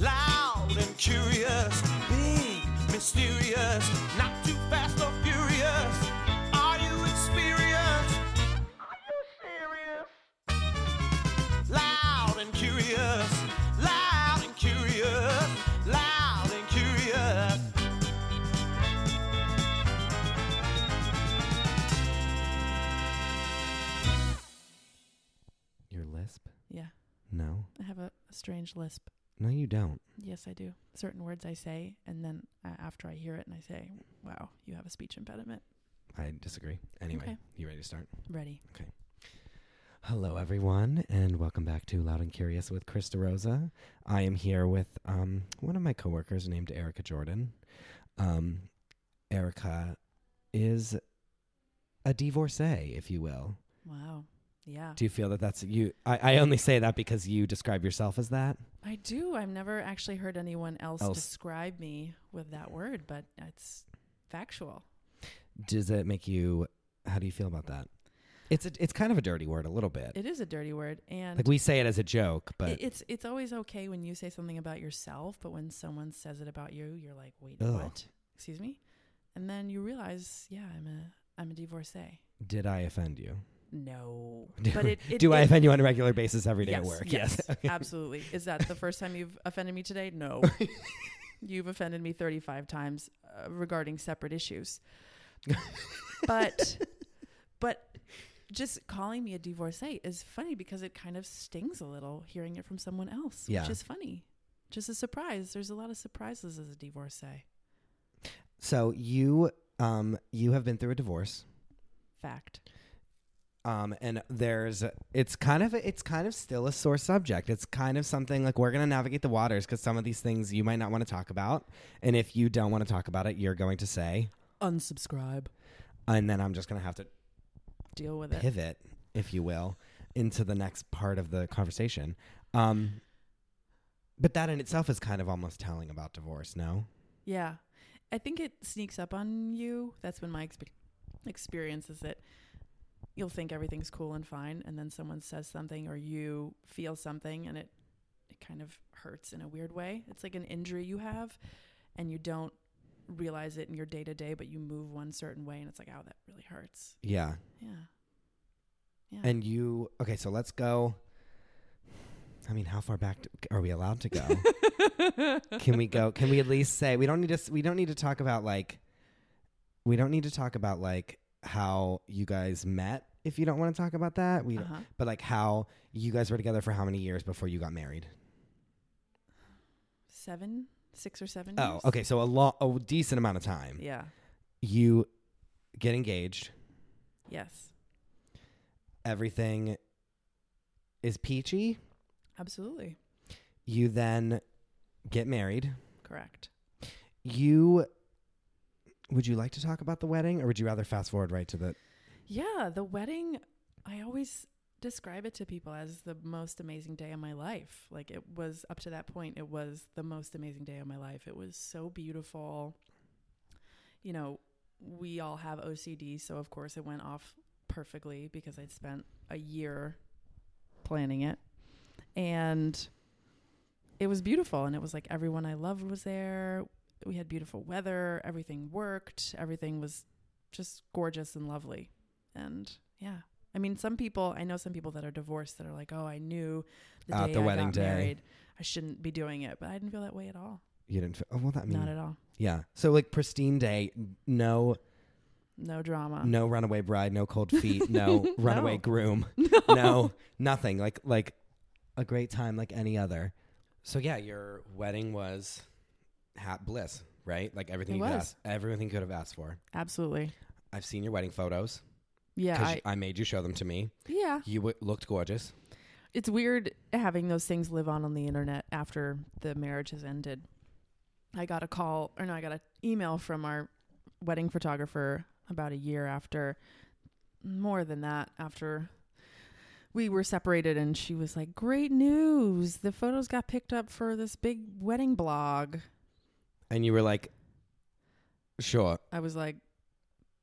loud and curious, big, mysterious, not too fast or furious. Are you experienced? Are you serious? Loud and curious, loud and curious, loud and curious. Your lisp? Yeah. No. I have a, a strange lisp. No, you don't. Yes, I do. Certain words I say, and then uh, after I hear it and I say, wow, you have a speech impediment. I disagree. Anyway, Okay. you ready to start? Ready. Hello, everyone, and welcome back to Loud and Curious with Chris DeRosa. I am here with um, one of my coworkers named Erica Jordan. Um, Erica is a divorcee, if you will. Wow. Yeah. Do you feel that that's you? I, I only say that because you describe yourself as that. I do. I've never actually heard anyone else, Else. describe me with that word, but it's factual. Does it make you? How do you feel about that? It's a, it's kind of a dirty word, a little bit. It is a dirty word. And like we say it as a joke, i- but it's it's always okay when you say something about yourself, but when someone says it about you, you're like, wait, Ugh. what? Excuse me? And then you realize, yeah, I'm a I'm a divorcee. did I offend you? No. Do- but it, it do I it- offend you on a regular basis every day at work? absolutely. Is that the first time you've offended me today? No. you've offended me 35 times uh, regarding separate issues. but but just calling me a divorcee is funny because it kind of stings a little hearing it from someone else, Yeah. which is funny. Just a surprise. There's a lot of surprises as a divorcee. So you um you have been through a divorce. Fact. Um and there's it's kind of it's kind of still a sore subject. It's kind of something like we're going to navigate the waters cuz some of these things you might not want to talk about and if you don't want to talk about it you're going to say Unsubscribe. and then I'm just going to have to Deal with it. pivot if you will into the next part of the conversation. Um but that in itself is kind of almost telling about divorce, no? Yeah. I think it sneaks up on you. That's been my expe- experience is that you'll think everything's cool and fine and then someone says something or you feel something and it it kind of hurts in a weird way. It's like an injury you have and you don't realize it in your day to day but you move one certain way and it's like, "Oh, that really hurts." Yeah. Yeah. Yeah. And you okay? So let's go. I mean, how far back d- are we allowed to go? can we go? Can we at least say we don't need to? s- We don't need to talk about like. We don't need to talk about like how you guys met if you don't want to talk about that. We Uh-huh. but like how you guys were together for how many years before you got married? 7 6 or 7 Oh, years? okay. So a long, a decent amount of time. Mm-hmm. Yeah. You get engaged. Yes. Everything is peachy. Absolutely. You then get married. Correct. you would you like to talk about the wedding or would you rather fast forward right to the Yeah, the wedding, I always describe it to people as the most amazing day of my life. Like it was up to that point, it was the most amazing day of my life. It was so beautiful. You know, we all have OCD, so of course it went off perfectly because I'd spent a year planning it. And it was beautiful and it was like everyone I loved was there. We had beautiful weather, everything worked, everything was just gorgeous and lovely. And yeah, I mean, some people I know some people that are divorced that are like, oh, I knew the At day the I wedding got day. married, I shouldn't be doing it, but I didn't feel that way at all. you didn't feel, oh well that means Not at all. yeah so like pristine day no No drama. no runaway bride no cold feet no runaway No. groom No. no nothing like like a great time like any other so yeah your wedding was hat bliss right like everything It you could was. ask, everything you could have asked for Absolutely. i've seen your wedding photos Yeah. because I, I made you show them to me yeah. you w- looked gorgeous It's weird having those things live on on the internet after the marriage has ended. I got a call, or no, I got an email from our wedding photographer about a year after, more than that, after we were separated. And she was like, Great news. The photos got picked up for this big wedding blog. and you were like sure I was like,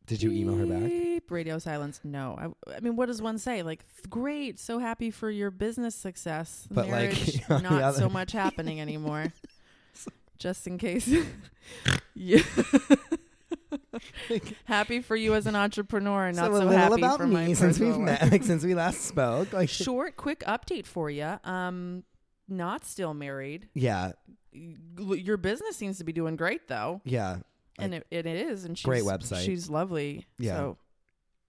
Did you email her back? Beep. Radio silence. No. I, I mean, what does one say? Like, "Th- great, so happy for your business success. But, like, Marriage, on the not so other- much happening anymore. Just in case. yeah. happy for you as an entrepreneur, and so not a so little happy about for my me since we've personal life. met, like since we last spoke. Like, Short, quick update for you. Um, not still married. yeah, Y- Your business seems to be doing great though, yeah. and it, it is. And she's, Great website. She's lovely. Yeah. So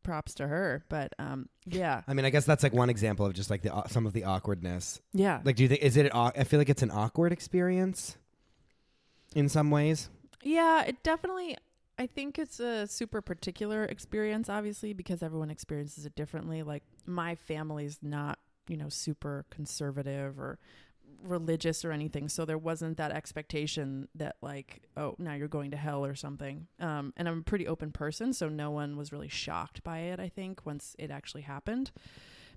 props to her. But um, yeah, I mean, I guess that's like one example of just like the au- some of the awkwardness. yeah. Like, do you think is it? An, au- I feel like it's an awkward experience in some ways. Yeah, it definitely. I think it's a super particular experience, obviously, because everyone experiences it differently. Like my family's not, you know, super conservative or religious or anything, so there wasn't that expectation that like, oh, now you're going to hell or something. Um, and I'm a pretty open person, so no one was really shocked by it. I think once it actually happened,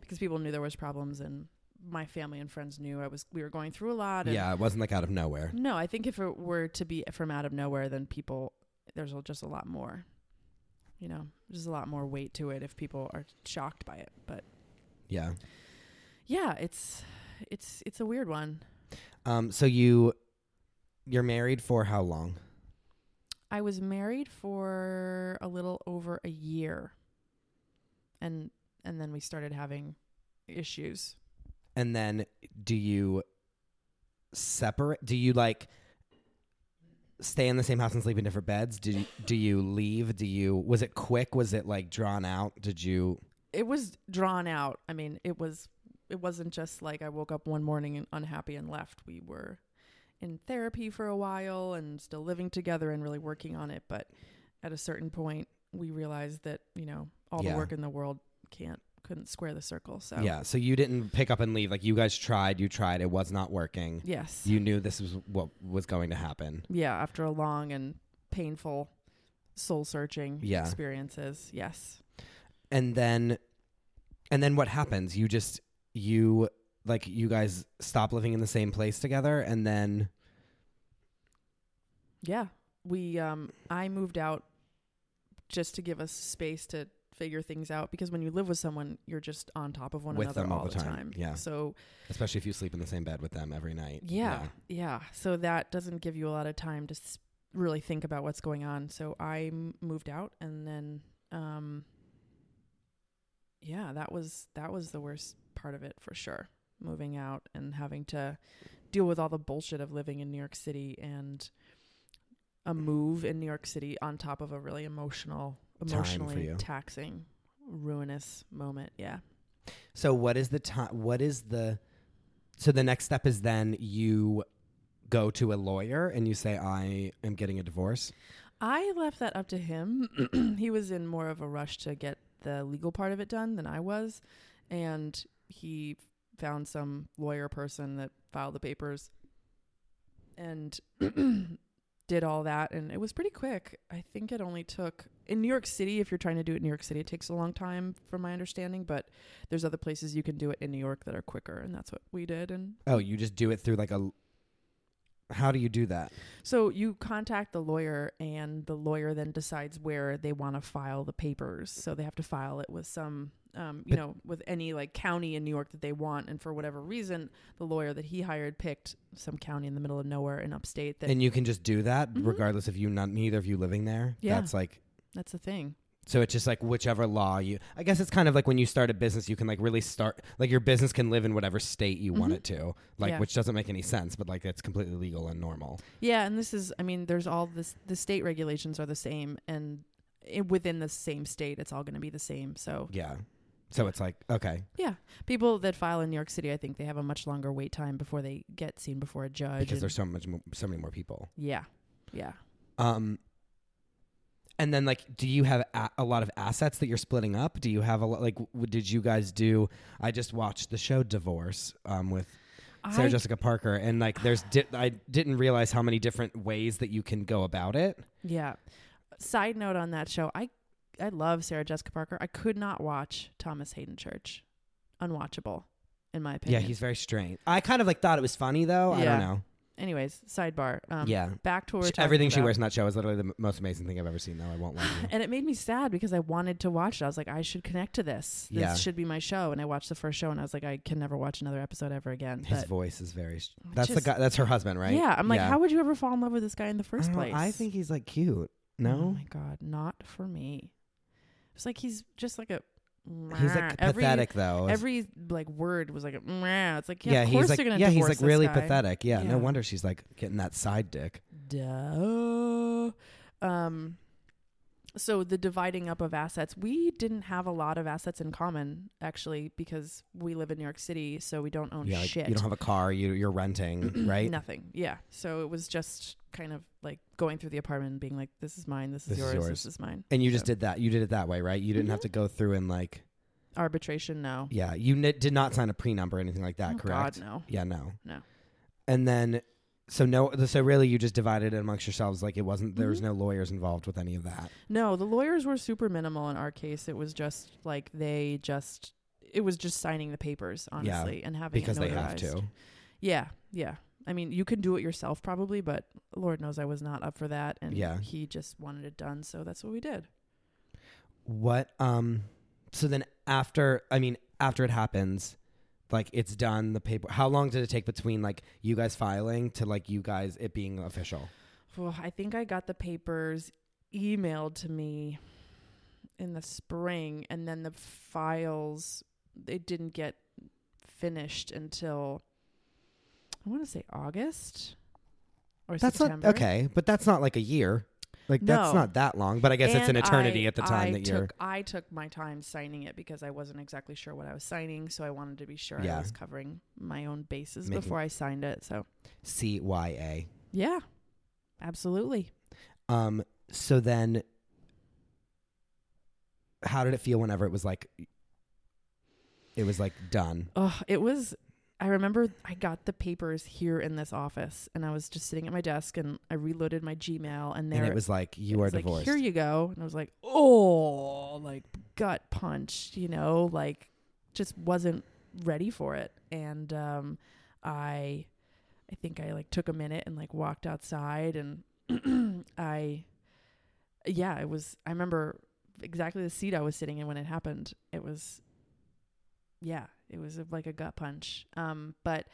because people knew there was problems, and my family and friends knew I was we were going through a lot. And Yeah, it wasn't like out of nowhere. no, I think if it were to be from out of nowhere, then people there's a- just a lot more, you know, there's a lot more weight to it if people are shocked by it. But Yeah. yeah, it's it's it's a weird one. Um. So you, you're married for how long? I was married for a little over a year, and and then we started having issues. And then do you separate? Do you like stay in the same house and sleep in different beds? Do you, do you leave? Do you was it quick? Was it like drawn out? Did you? It was drawn out. I mean, it was it wasn't just like I woke up one morning and unhappy and left. We were in therapy for a while and still living together and really working on it. But at a certain point, we realized that you know all Yeah. the work in the world can't couldn't square the circle. So Yeah. So you didn't pick up and leave. Like you guys tried. You tried. It was not working. yes, You knew this was what was going to happen. yeah. After a long and painful soul searching Yeah. experiences, yes, And then, and then what happens? You just you like you guys stop living in the same place together, and then yeah. We um, I moved out just to give us space to figure things out because when you live with someone, you're just on top of one With another them all all the time, yeah. So especially if you sleep in the same bed with them every night. Yeah, yeah. So that doesn't give you a lot of time to s- really think about what's going on. So I m- moved out, and then, um, yeah, that was that was the worst part of it for sure. Moving out and having to deal with all the bullshit of living in New York City and a move in New York City on top of a really emotional, for emotionally you. taxing, ruinous moment. Yeah. So what is the time? What is the? So the next step is then you go to a lawyer and you say, "I am getting a divorce." I left that up to him. he was in more of a rush to get the legal part of it done than I was. And he found some lawyer person that filed the papers and did all that. And it was pretty quick. I think it only took in New York City, if you're trying to do it in New York City, it takes a long time, from my understanding. But there's other places you can do it in New York that are quicker. And that's what we did. And Oh, you just do it through like a. How do you do that? So you contact the lawyer, and the lawyer then decides where they want to file the papers. So they have to file it with some, um, you But- know, with any like county in New York that they want. And for whatever reason, the lawyer that he hired picked some county in the middle of nowhere in upstate. That and you can just do that Mhm. regardless of you not neither of you living there. Yeah. That's like that's the thing. so it's just like whichever law you I guess it's kind of like when you start a business you can like really start like your business can live in whatever state you want Mhm. it to. Like Yeah. which doesn't make any sense, but like it's completely legal and normal. Yeah, and this is, I mean, there's all this. The state regulations are the same, and i within the same state, it's all going to be the same. So Yeah. So it's like okay. yeah, people that file in New York City, I think they have a much longer wait time before they get seen before a judge. Because and- there's so much mo- so many more people. yeah, yeah. Um, and then like, do you have a, a lot of assets that you're splitting up? Do you have a lot? Like, w- did you guys do? I just watched the show Divorce um, with Sarah I- Jessica Parker, and like, there's di- I didn't realize how many different ways that you can go about it. Yeah. Side note on that show, I I love Sarah Jessica Parker. I could not watch Thomas Hayden Church. Unwatchable, in my Yeah, opinion. he's very strange. I kind of like thought it was funny though. I Yeah. don't know. anyways, sidebar. Um, Yeah. Back to what Sh- we we're talking Everything she about. wears in that show is literally the m- most amazing thing I've ever seen. Though I won't lie. to you. And it made me sad because I wanted to watch it. I was like, I should connect to this. This Yeah. should be my show. And I watched the first show and I was like, I can never watch another episode ever again. His But- voice is very. Sh- that's Just- the guy. That's her husband, right? Yeah. I'm like, how would you ever fall in love with this guy in the I first don't know, place? I think he's like cute. Oh No, my God. Not for me. It's like he's just like a. he's like Every- pathetic though. It's- Every like word was like, a, "Meh." it's like yeah, yeah, of course he's like they're gonna yeah, he's divorce like this really guy. pathetic. Yeah, Yeah. no wonder she's like getting that side dick. Duh. Um, so the dividing up of assets, we didn't have a lot of assets in common actually because we live in New York City, so we don't own yeah, like, Oh, shit. you don't have a car. You you're renting, right? Nothing. Yeah. So it was just kind of like going through the apartment and being like, "This is mine. This is, This is yours, yours. This is mine." And you just So- did that. You did it that way, right? You didn't have Mhm. to go through and like arbitration. No. yeah. You n- did not sign a prenup or anything like that, Oh, correct? God, no. Yeah, no, No. And then so no, so really you just divided it amongst yourselves. Like it wasn't there Mm-hmm. was no lawyers involved with any of that. No, the lawyers were super minimal in our case. It was just like they just it was just signing the papers, honestly, and having it because they have notarized. to. Yeah, yeah. I mean, you can do it yourself probably, but Lord knows I was not up for that, and Yeah. he just wanted it done, so that's what we did. What um so then after I mean after it happens like it's done the paper how long did it take between like you guys filing to like you guys it being official? Well, I think I got the papers emailed to me in the spring, and then the files they didn't get finished until I want to say August or That's September. not okay, but that's not like a year. Like that's No. not that long, but I guess it's an And eternity I- at the time I that took, you're I took my time signing it because I wasn't exactly sure what I was signing, so I wanted to be sure Yeah. I was covering my own bases Making- before I signed it. So CYA. yeah, absolutely. Um, so then, how did it feel whenever it was like, it was like done? Oh, it was. I remember I got the papers here in this office, and I was just sitting at my desk, and I reloaded my Gmail, and there and it was like, you it are was like, divorced. Here you go, and I was like, oh, like gut punch, you know, like just wasn't ready for it, and um, I, I think I like took a minute and like walked outside, and I, yeah, it was. I remember exactly the seat I was sitting in when it happened. It was, yeah, it was a, like a gut punch. Um, but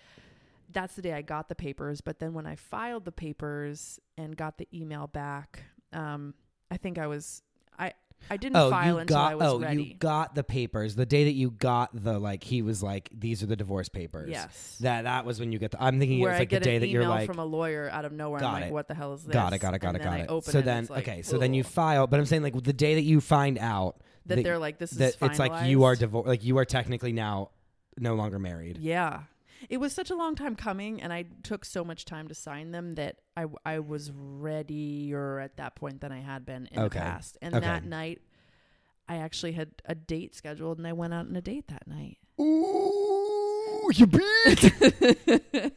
that's the day I got the papers. But then when I filed the papers and got the email back, um, I think I was I I didn't oh, file you until got, I was oh, ready. you got the papers. The day that you got the, like, he was like, these are the divorce papers. yes. That, that was when you get the, I'm thinking where it's I like the get day an that you're email like, from a lawyer out of nowhere. Got I'm like, it. what the hell is this? got it, got it, got and it, got then it. I open so it and then, it's like, okay, so then you ugh, file, but I'm saying like the day that you find out that, that- they're like, this is that it's like you are finalized. divorced, like you are technically now no longer married. Yeah. It was such a long time coming, and I took so much time to sign them that I, w- I was readier at that point than I had been in Okay. the past. And Okay. that night, I actually had a date scheduled, and I went out on a date that night. Ooh, you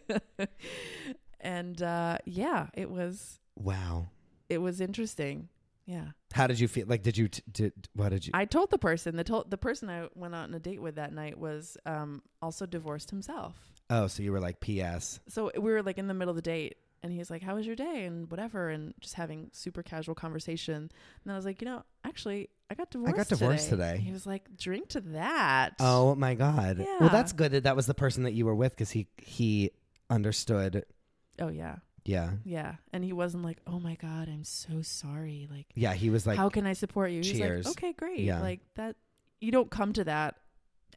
beat. and uh, yeah, it was wow. it was interesting. Yeah, How did you feel? Like, did you? T- did what did you? I told the person the told the person I went out on a date with that night was um, also divorced himself. oh, so you were like, P.S. so we were like in the middle of the date and he's like how was your day and whatever and just having super casual conversation and then i was like you know actually i got divorced divorced today. And he was like drink to that Oh my God. Well, Yeah. that's good that that was the person that you were with because he he understood. oh yeah Yeah, yeah and he wasn't like oh my god i'm so sorry like, yeah. He was like how can i support you cheers. he's like okay great Yeah. like that you don't come to that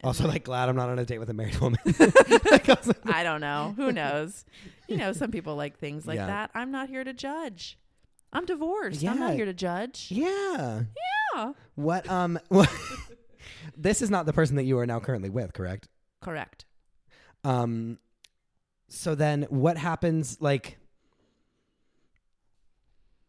and, also like glad I'm not on a date with a married woman. Like, I was like, i don't know who knows you know some people like things like Yeah. that i'm not here to judge i'm divorced i'm Yeah. not here to judge yeah. yeah. What? Um. What? this is not the person that you are now currently with, correct? correct Um. So then, what happens? Like,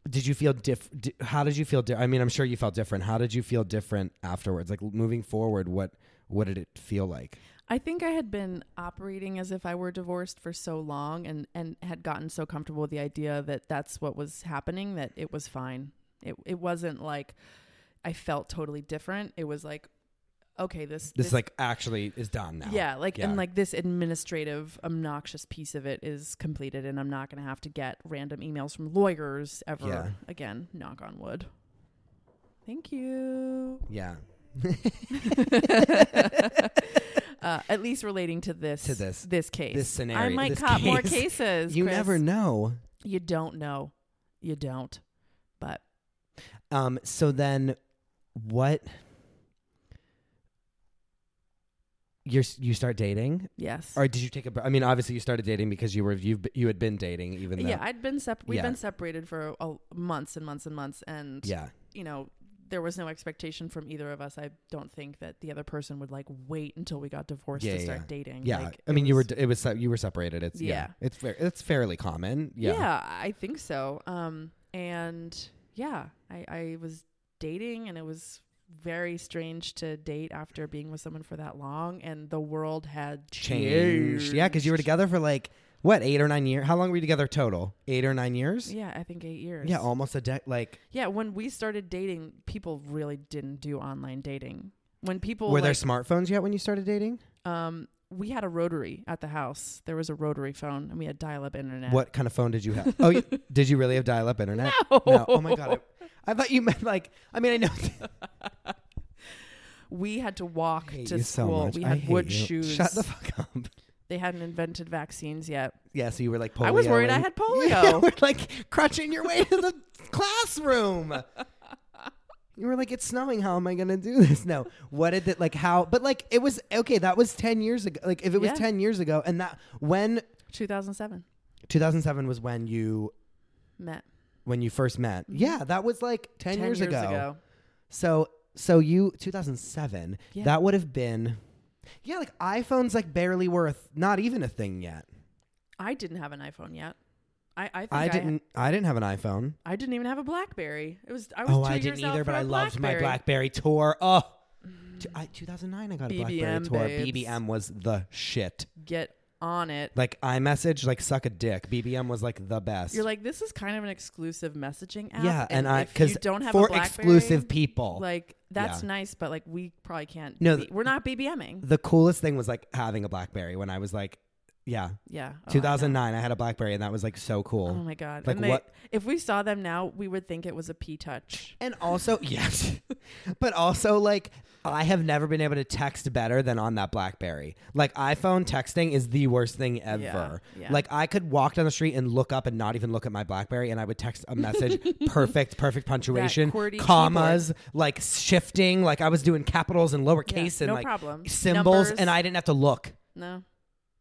did you feel diff? Di- how did you feel? Di- I mean, I'm sure you felt different. How did you feel different afterwards? Like moving forward, what what did it feel like? I think I had been operating as if I were divorced for so long and and had gotten so comfortable with the idea that that's what was happening that it was fine. It it wasn't like I felt totally different. It was like okay, this This, like actually is done now. yeah, like Yeah. and like this administrative obnoxious piece of it is completed, and I'm not gonna have to get random emails from lawyers ever Yeah. again. Knock on wood. Thank you. yeah. Uh, at least relating to this To this- this case this I scenario, might this cop more case. cases. you Chris. never know. You don't know. You don't. But Um. So then, what? You are you start dating, yes. or did you take a? br- I mean, obviously you started dating because you were you you had been dating even though. yeah, I'd been sep- we've Yeah. been separated for a, months and months and months, and yeah. you know there was no expectation from either of us. I don't think that the other person would like wait until we got divorced Yeah, to yeah, start yeah. dating. Yeah, like, I it mean, you were was- d- it was se- you were separated. It's yeah, Yeah. it's fair. It's fairly common. Yeah. Yeah, I think so. Um, and yeah, I, I was dating, and it was very strange to date after being with someone for that long, and the world had changed. changed. Yeah, because you were together for like what eight or nine years. How long were you together total? Eight or nine years. Yeah, I think eight years. Yeah, almost a decade. Like Yeah, when we started dating, people really didn't do online dating. When people were there like, smartphones yet when you started dating? um, we had a rotary at the house. There was a rotary phone, and we had dial-up internet. What kind of phone did you have? oh, you, did you really have dial-up internet? No. Oh my god. I, I thought you meant like. I mean, I know. We had to walk I hate to you so school. much. we I had hate wood you. shoes. Shut the fuck up. they hadn't invented vaccines yet. Yeah, so you were like polio. I was worried I and- had Yeah, polio. we're like crutching your way to the classroom. You were like, it's snowing. How am I going to do this? No. What did it like? How? But like, it was okay. That was 10 years ago. Like, if it was Yeah. 10 years ago, and that when 2007 2007 was when you met when you first met. Mm-hmm. Yeah, that was like 10, 10 years, ago. So, so you 2007, Yeah. that would have been, yeah, like iPhones like barely were a th- not even a thing yet. I didn't have an iPhone yet. I I, think I I didn't, I didn't have an iPhone. I didn't even have a BlackBerry. It was I was Oh, two I years didn't out either, but from I a loved my BlackBerry. Mm-hmm. BlackBerry tour. Oh, T- I, 2009, I got a BlackBerry BBM, tour. babes. BBM was the shit. Get on it. Like iMessage, like suck a dick. BBM was like the best. You're like, this is kind of an exclusive messaging app. yeah, and, I if you because don't have for a BlackBerry, exclusive people, like that's Yeah. nice, but like we probably can't. No, No, th- we're not BBMing. the coolest thing was like having a BlackBerry. When I was like, yeah, Yeah, oh, I know. 2009, I had a BlackBerry, and that was like so cool. Oh my god! Like, and they, what- If we saw them now, we would think it was a P touch. And also, yes, but also like I have never been able to text better than on that BlackBerry. Like iPhone texting is the worst thing ever. yeah. Like I could walk down the street and look up and not even look at my BlackBerry, and I would text a message, perfect, perfect punctuation, QWERTY commas, like shifting, like I was doing capitals and lowercase Yeah, and no like problem. symbols, Numbers. and I didn't have to look. No.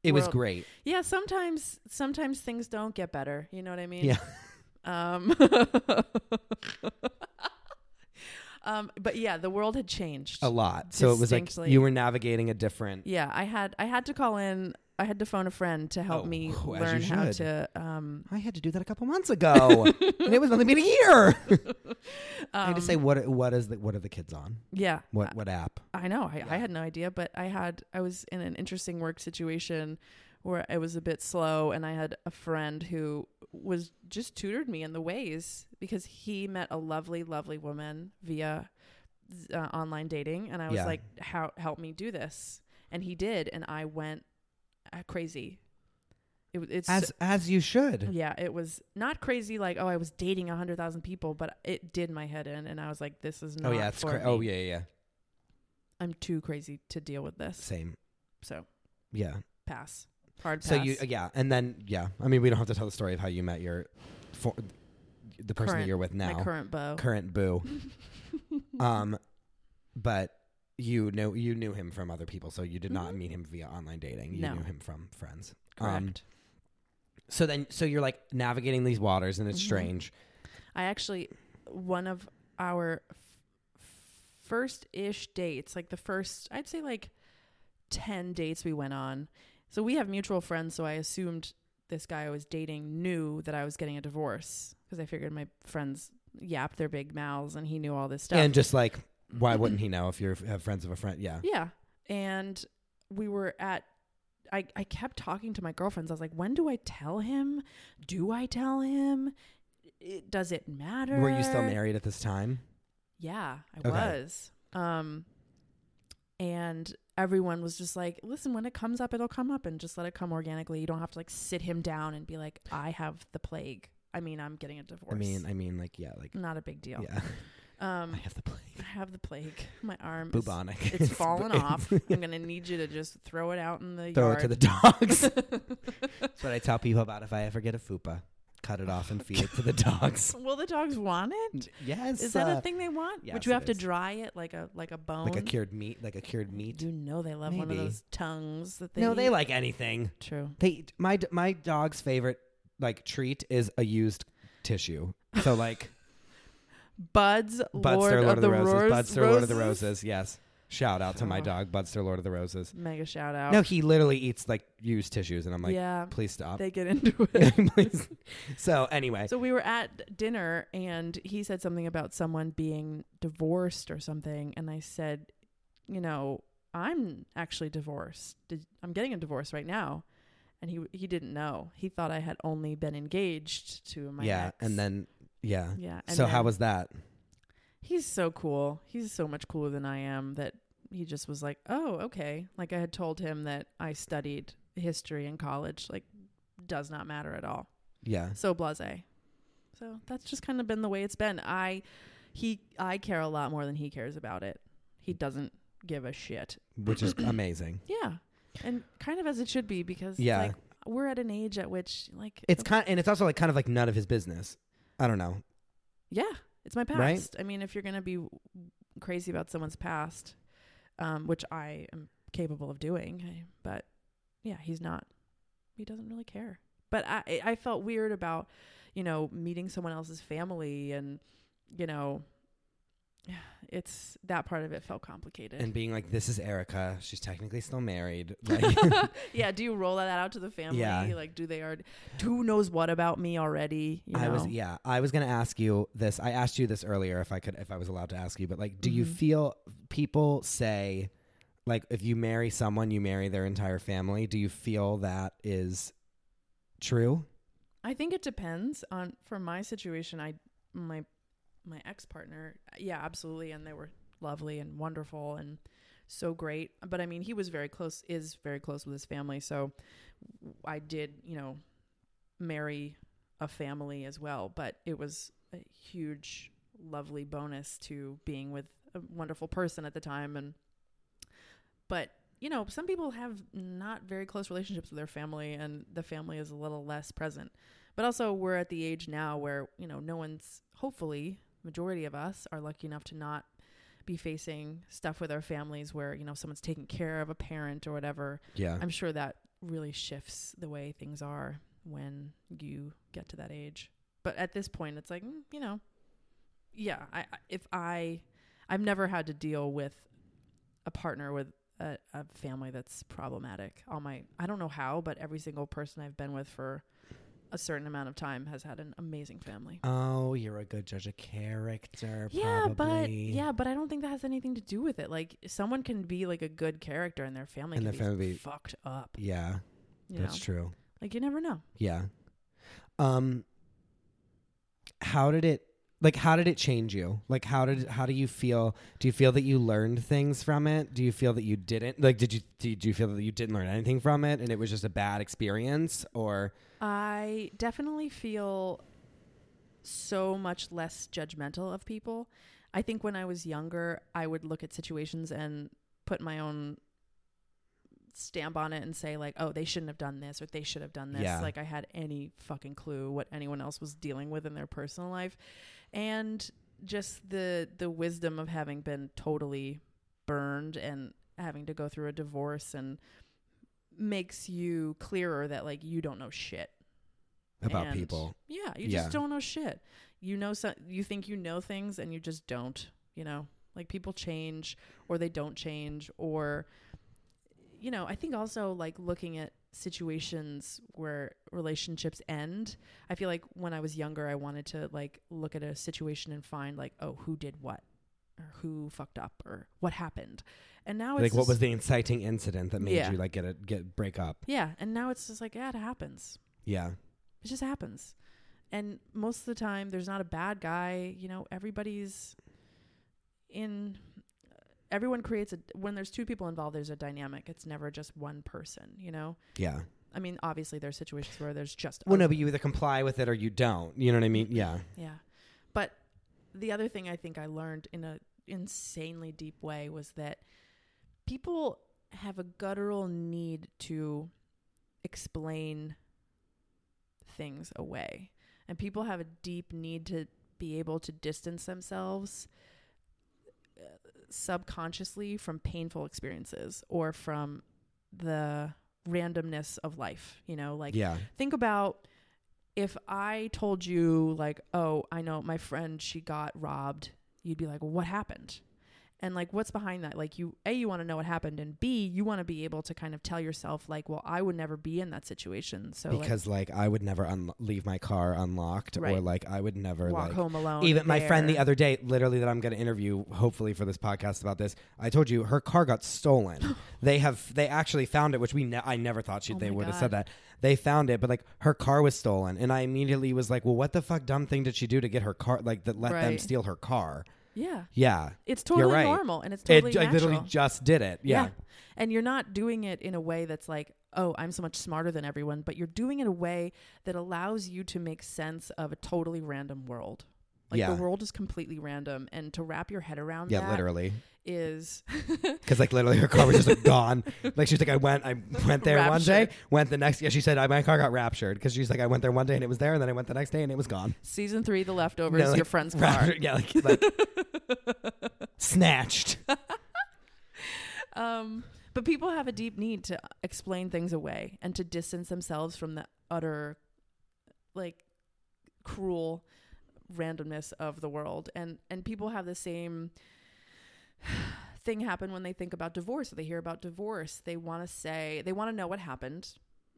It was World- great. Yeah, sometimes sometimes things don't get better. You know what I mean? Yeah. Um. um. But yeah, the world had changed A lot. So it was like Distinctly. you were navigating a different. Yeah, I had I had to call in. I had to phone a friend to help Oh, me as you learn how should. to um, I had to do that a couple months ago, and it was only been a year. I had to Um, say what what is the, what are the kids on? Yeah. What what app? I know. I, I had no idea, but I had I was in an interesting work situation where it was a bit slow and I had a friend who was just tutored me in the ways because he met a lovely lovely woman via uh, online dating and I was Yeah. like how help me do this and he did and I went uh, crazy. It, w- it's As as you should. yeah, it was not crazy like oh I was dating a hundred thousand people, but it did my head in, and I was like, this is not. Oh yeah, it's for cra- me. oh yeah yeah yeah. I'm too crazy to deal with this. same So yeah. pass, hard pass. So you uh, yeah, and then yeah. I mean, we don't have to tell the story of how you met your for, the person that Current- you're with now, my current beau. Current boo. um, but you know you knew him from other people, so you did not meet him via online dating. You Mm-hmm. No. knew him from friends. Um, Correct. so then, so you're like navigating these waters, and it's Mm-hmm. strange. I actually one of our f- first ish dates, like the first I'd say like ten dates we went on. So we have mutual friends, so I assumed this guy I was dating knew that I was getting a divorce because I figured my friends yap their big mouths and he knew all this stuff. And just like, why wouldn't he know if you're have friends of a friend? Yeah. Yeah. And we were at I, I kept talking to my girlfriends. I was like, when do I tell him? Do I tell him? It, does it matter? Were you still married at this time? Yeah, I Okay. was. Um and everyone was just like listen when it comes up it'll come up and just let it come organically you don't have to like sit him down and be like i have the plague i mean i'm getting a divorce I mean, I mean, like, yeah, like, not a big deal yeah. um I have the plague. i have the plague my arm is- Bubonic. it's fallen it's- off i'm gonna need you to just throw it out in the Throw yard it to the dogs. That's what I tell people about if I ever get a fupa. Cut it off and feed it to the dogs. will the dogs want it Yes. is that uh, a thing they want yes, would you it have to is. dry it like a like a bone Like a cured meat, like a cured meat. you know they love one of Maybe. those tongues that they no, they eat. like anything. true They eat- my d- my dog's favorite like treat is a used tissue. So like buds, Budster lord, Lord of, the, Roses, Rose- Budster Lord of the Roses. Yes. Shout out to my Oh. dog Budster Lord of the Roses. mega shout out No, he literally eats like used tissues and I'm like, yeah "Please stop." they get into it Please. So anyway, so we were at dinner and he said something about someone being divorced or something and i said you know i'm actually divorced Did, i'm getting a divorce right now and he he didn't know he thought i had only been engaged to my yeah, ex. and then yeah. yeah and so how then- was that? He's so cool. He's so much cooler than I am that he just was like, "Oh, okay." Like I had told him that I studied history in college, like does not matter at all. Yeah. So blasé. So that's just kind of been the way it's been. I he I care a lot more than he cares about it. He doesn't give a shit. Which is amazing. Yeah. And kind of as it should be because Yeah. like we're at an age at which like It's kind and it's also like kind of like none of his business. I don't know. Yeah, it's my past. Right? I mean, if you're gonna be w- crazy about someone's past, um, which I am capable of doing, I- but yeah, he's not. He doesn't really care. But I, I- I felt weird about, you know, meeting someone else's family, and you know, it's that part of it felt complicated. And being like, This is Erica. She's technically still married. Like yeah, do you roll that out to the family? Yeah. Like, do they already? Who knows what about me already? You I was know? yeah, I was going to ask you this. I asked you this earlier if I could if I was allowed to ask you, but like do you Mhm. feel people say like if you marry someone, you marry their entire family? Do you feel that is true? I think it depends on for my situation. I my my ex partner, yeah, absolutely, and they were lovely and wonderful and so great. But I mean, he was very close, is very close with his family, so I did, you know, marry a family as well. But it was a huge, lovely bonus to being with a wonderful person at the time, and but you know, some people have not very close relationships with their family, and the family is a little less present. But also, we're at the age now where, you know, no one's, hopefully, majority of us are lucky enough to not be facing stuff with our families where, you know, someone's taking care of a parent or whatever. Yeah. I'm sure that really shifts the way things are when you get to that age. But at this point, it's like, mm, you know, yeah, I, I- if I, I've never had to deal with a partner with a, a family that's problematic. All my, I don't know how, but every single person I've been with for a certain amount of time has had an amazing family. Oh, you're a good judge of character. Yeah, but probably. yeah, but I don't think that has anything to do with it. Like someone can be like a good character and their family And can their be family- fucked up. Yeah, You know? that's true. Like you never know. Yeah. Um how did it like how did it change you? Like how did how do you feel do you feel that you learned things from it? Do you feel that you didn't? Like did you did you feel that you didn't learn anything from it and it was just a bad experience or I definitely feel so much less judgmental of people. I think when I was younger, I would look at situations and put my own stamp on it and say like, "Oh, they shouldn't have done this or they should have done this." Yeah. Like I had any fucking clue what anyone else was dealing with in their personal life. And just the the wisdom of having been totally burned and having to go through a divorce and makes you clearer that like you don't know shit about and- people? Yeah, you Yeah. just don't know shit. You know, so, you think you know things, and you just don't. You know, like people change, or they don't change, or you know, I think also like looking at situations where relationships end. I feel like when I was younger, I wanted to like look at a situation and find like, oh, who did what, or who fucked up, or what happened. And now it's Like what just- was the inciting incident that made Yeah. you like get a get break up? yeah, and now it's just like yeah, it happens. Yeah. It just happens. And most of the time, there's not a bad guy. You know, everybody's in. everyone creates a when there's two people involved there's a dynamic it's never just one person you know Yeah. i mean obviously there's situations where there's just Well, no, but you either comply with it or you don't. You know what I mean? Yeah. Yeah. But the other thing I think I learned in a insanely deep way was that people have a guttural need to explain things away. And people have a deep need to be able to distance themselves uh, subconsciously from painful experiences or from the randomness of life, you know, like yeah. think about if I told you, like, oh, I know my friend, she got robbed, you'd be like, well, what happened? And like, what's behind that? Like, you, A, you want to know what happened, and B, you want to be able to kind of tell yourself, like, well, I would never be in that situation. So, Because like I would never un- leave my car unlocked, or Right. like I would never like, walk like home alone. Even my friend the there. other day, literally, that I'm going to interview, hopefully for this podcast about this. I told you her car got stolen. they have they actually found it, which we ne- I never thought she Oh they my would have God. said that. They found it, but like her car was stolen, and I immediately was like, "Well, what the fuck dumb thing did she do to get her car? Like that let them Right. steal her car? Yeah. Yeah, It's totally right. normal and it's totally it I natural. literally just did it. Yeah, And you're not doing it in a way that's like, oh, I'm so much smarter than everyone, but you're doing it in a way that allows you to make sense of a totally random world. Like Yeah. the world is completely random and to wrap your head around yeah, that literally. is Because like literally her car was just like gone. Like she's like I went I went there one day, Raptured. went the next. Yeah, she said I, my car got raptured because she's like I went there one day and it was there, and then I went the next day and it was gone. season 3 the leftovers No, like, your friend's car. Raptured, yeah, like, like snatched. Um, but people have a deep need to explain things away and to distance themselves from the utter, like, cruel randomness of the world. And and people have the same thing happen when they think about divorce or they hear about divorce. They want to say they want to know what happened,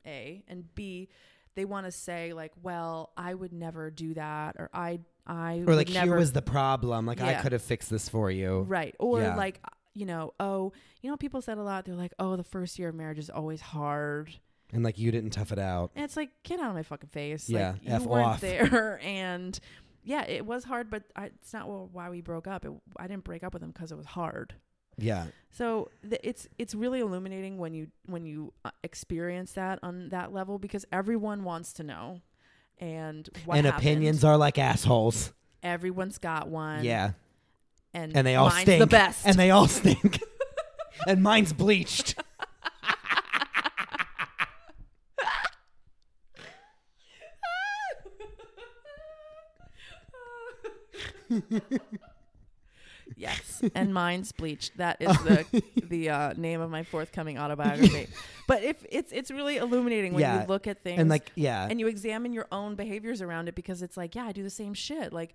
a and b. They want to say like, well, I would never do that, or I, I, Or would like never here was the problem. Like I Yeah. could have fixed this for you. Right. Or Yeah. like, you know, oh, you know, people said a lot. They're like, oh, the first year of marriage is always hard. And like you didn't tough it out. And it's like, get out of my fucking face. Yeah, Like, you F weren't off. there. And yeah, it was hard, but I, it's not wh- why we broke up. It, I didn't break up with him because it was hard. Yeah. So th- it's it's really illuminating when you when you uh, experience that on that level because everyone wants to know, and what and happened. opinions are like assholes. everyone's got one. yeah. and And they all mine's stink. the best. And they all stink. and mine's bleached. yes, and mine's bleached. That is the the uh, name of my forthcoming autobiography. but if it's it's really illuminating when Yeah. you look at things And like yeah. and you examine your own behaviors around it because it's like, yeah, I do the same shit. Like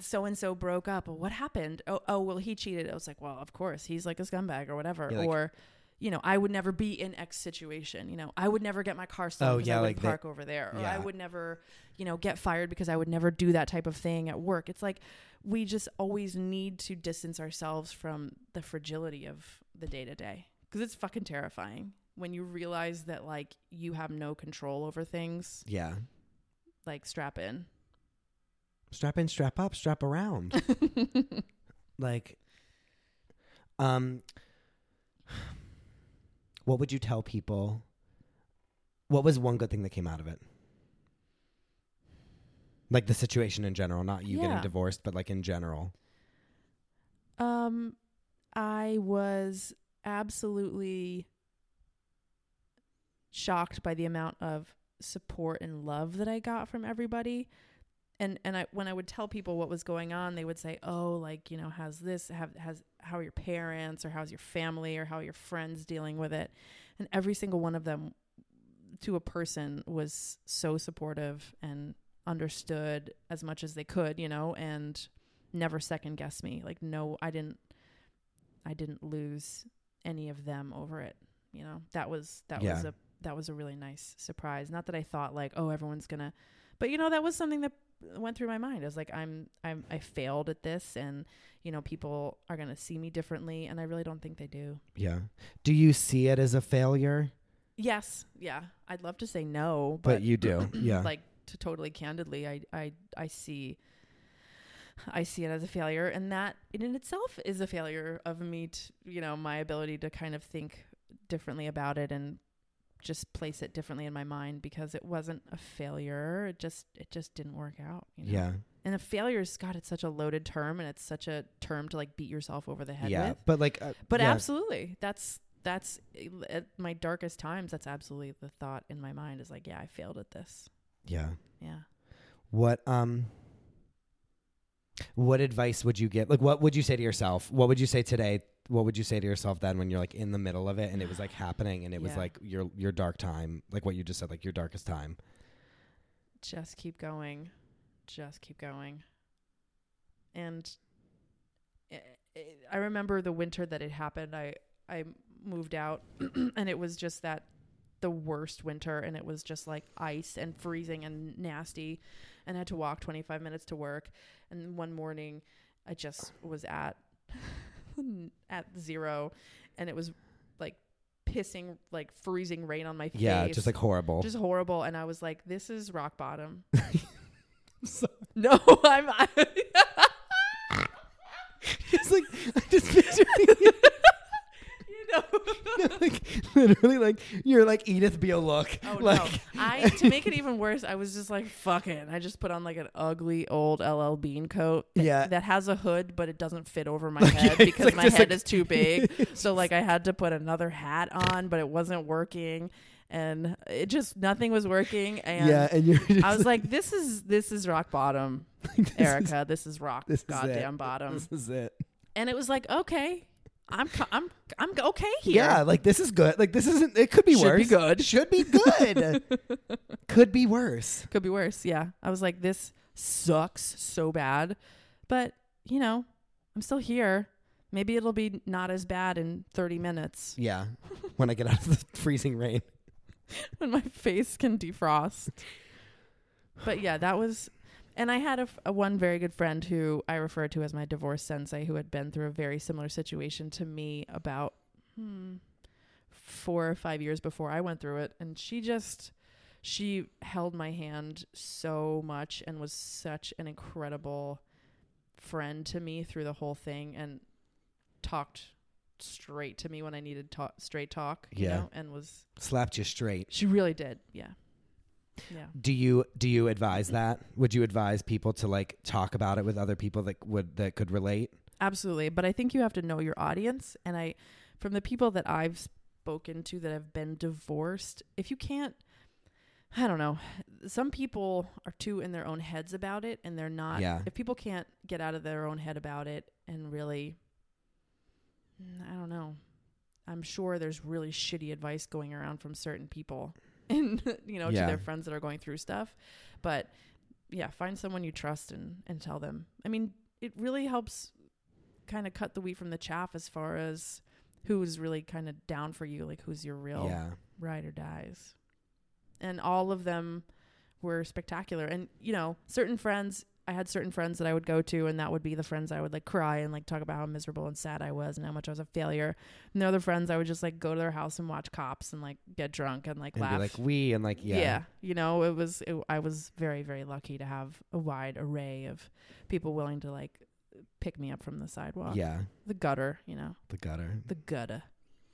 so and so broke up. What happened? Oh, oh, well, he cheated. I was like, well, of course, he's like a scumbag or whatever. Yeah, like- or you know, I would never be in X situation. You know, I would never get my car stolen Oh, because yeah, I would like not they- park over there, or I Yeah. would never, you know, get fired because I would never do that type of thing at work. It's like we just always need to distance ourselves from the fragility of the day to day because it's fucking terrifying when you realize that like you have no control over things yeah. like strap in. Strap in, strap up, strap around. like um what would you tell people? What was one good thing that came out of it? Like the situation in general, not you getting Yeah. divorced, but like in general. um, I was absolutely shocked by the amount of support and love that I got from everybody. And and I when I would tell people what was going on, they would say, "Oh, like you know, how's this? Have has how are your parents or how's your family or how are your friends dealing with it?" And every single one of them, to a person, was so supportive and understood as much as they could, you know, and never second guessed me. Like no, I didn't I didn't lose any of them over it. You know, that was that was Yeah. a that was a really nice surprise. Not that I thought like, oh, everyone's gonna but you know, that was something that went through my mind. I was like, I'm I'm I failed at this and you know, people are gonna see me differently and I really don't think they do. Yeah. Do you see it as a failure? Yes, yeah. I'd love to say no, But, but, you do. yeah. like to totally candidly i i i see I see it as a failure, and that in and itself is a failure of me. To, you know, my ability to kind of think differently about it and just place it differently in my mind because it wasn't a failure. It just it just didn't work out. You know? Yeah. And a failure's God, it's such a loaded term, and it's such a term to like beat yourself over the head yeah. with. But like, uh, But yeah. absolutely, that's that's at my darkest times. That's absolutely the thought in my mind is like, yeah, I failed at this. Yeah. Yeah. What um what advice would you give? Like what would you say to yourself? What would you say today? What would you say to yourself then when you're like in the middle of it and it was like happening and it was Yeah. like your your dark time, like what you just said, like your darkest time. just keep going just keep going and i i i remember the winter that it happened i i moved out and it was just that the worst winter and it was just like ice and freezing and nasty and I had to walk 25 minutes to work and one morning i just was at at zero and it was like pissing like freezing rain on my face Yeah, just like horrible. just horrible and i was like this is rock bottom So- no i'm I, it's like I just picture you, you know like literally like you're like Edith Beale look. oh like no i to make it even worse i was just like fuck it i just put on like an ugly old ll bean coat that, Yeah. that has a hood but it doesn't fit over my Like, yeah, head it's because like- my just head like- is too big so like i had to put another hat on but it wasn't working and it just nothing was working and yeah, and you're just I was like, "This is this is rock bottom, Erica. this is rock this is it. goddamn bottom." this is it. and it was like, "Okay, I'm co- I'm I'm g- okay here." Yeah, like this is good. Like this isn't. It could be Should be worse. good. Should be good. could be worse. could be worse. Yeah, I was like, "This sucks so bad," but you know, I'm still here. Maybe it'll be not as bad in 30 minutes Yeah. When I get out of the freezing rain. when my face can defrost. But yeah, that was. And I had a, f- a one very good friend who I refer to as my divorce sensei, who had been through a very similar situation to me about hmm, four or five years before I went through it. And she just, she held my hand so much and was such an incredible friend to me through the whole thing and talked straight to me when I needed ta- straight talk, you Yeah. know, and was Slapped you straight. she really did. Yeah. Yeah. Do you do you advise that? Would you advise people to like talk about it with other people that would that could relate? Absolutely. But I think you have to know your audience. And I, from the people that I've spoken to that have been divorced, if you can't, I don't know, some people are too in their own heads about it and they're not, Yeah. if people can't get out of their own head about it and really, Mm, I don't know. I'm sure there's really shitty advice going around from certain people and, you know, Yeah. to their friends that are going through stuff. But yeah, find someone you trust and, and tell them. I mean, it really helps kind of cut the wheat from the chaff as far as who's really kind of down for you, like who's your real Yeah. ride or dies. And all of them were spectacular. And, you know, certain friends, I had certain friends that I would go to, and that would be the friends I would like cry and like talk about how miserable and sad I was and how much I was a failure. And the other friends, I would just like go to their house and watch cops and like get drunk and like And laugh. be like we and like yeah. yeah. You know, it was, it, I was very, very lucky to have a wide array of people willing to like pick me up from the sidewalk. Yeah. The gutter, you know, The gutter. the gutter.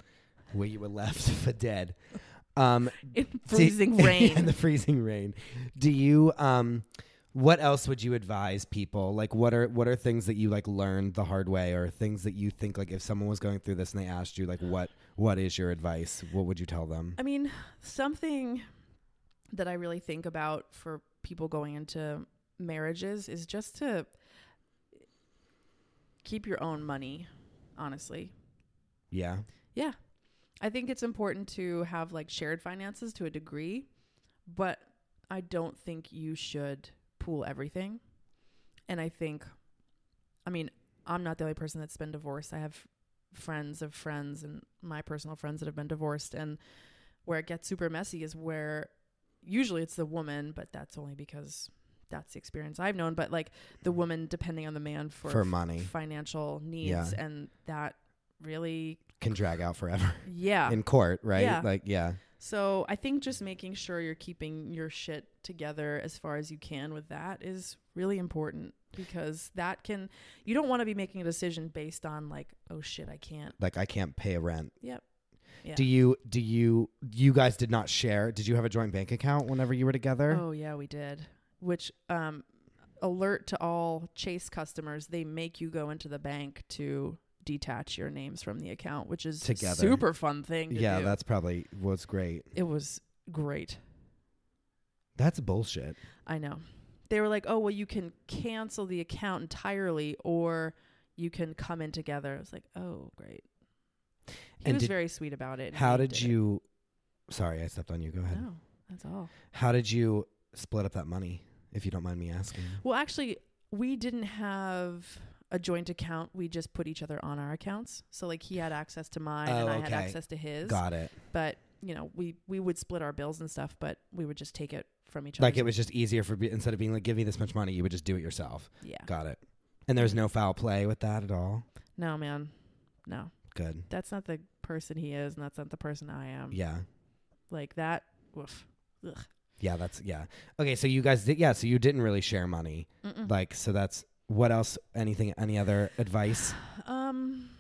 Where you were left for dead. Um In do- freezing rain. and the freezing rain. Do you um what else would you advise people? Like what are what are things that you like learned the hard way or things that you think like if someone was going through this and they asked you like what what is your advice? What would you tell them? I mean, something that I really think about for people going into marriages is just to keep your own money, honestly. Yeah. Yeah. I think it's important to have like shared finances to a degree, but I don't think you should pool everything. And I think, I mean, I'm not the only person that's been divorced. I have friends of friends and my personal friends that have been divorced. And where it gets super messy is where usually it's the woman, but that's only because that's the experience I've known. But like the woman depending on the man for, For f- money. financial needs. And that really, Can drag out forever yeah. in court, right? Yeah. Like yeah. So I think just making sure you're keeping your shit together as far as you can with that is really important because that can you don't want to be making a decision based on like oh shit I can't. Like I can't pay a rent. Yep. Yeah. Do you do you you guys did not share? Did you have a joint bank account whenever you were together? Oh yeah, we did. Which um alert to all Chase customers, they make you go into the bank to detach your names from the account, which is Together. a super fun thing to yeah, do. that's probably what's great. it was great. That's bullshit. I know. They were like, "Oh, well you can cancel the account entirely or you can come in together." I was like, "Oh, great." He And was did- very sweet about it. and How he did it. you? Sorry, I stepped on you. Go ahead. No, that's all. How did you split up that money? If you don't mind me asking. Well, actually, we didn't have a joint account. We just put each other on our accounts. So like he had access to mine and Oh, I had okay. access to his. Got it. But, you know, we we would split our bills and stuff, but we would just take it from each other. Like it was just easier for be- instead of being like, give me this much money, you would just do it yourself. Yeah. Got it. And there's no foul play with that at all. No, man. No. Good. That's not the person he is and that's not the person I am. Yeah. Like that. Woof. Yeah. That's yeah. Okay. So you guys did. Yeah. So you didn't really share money. Mm-mm. Like so. That's what else? Anything? Any other advice? Um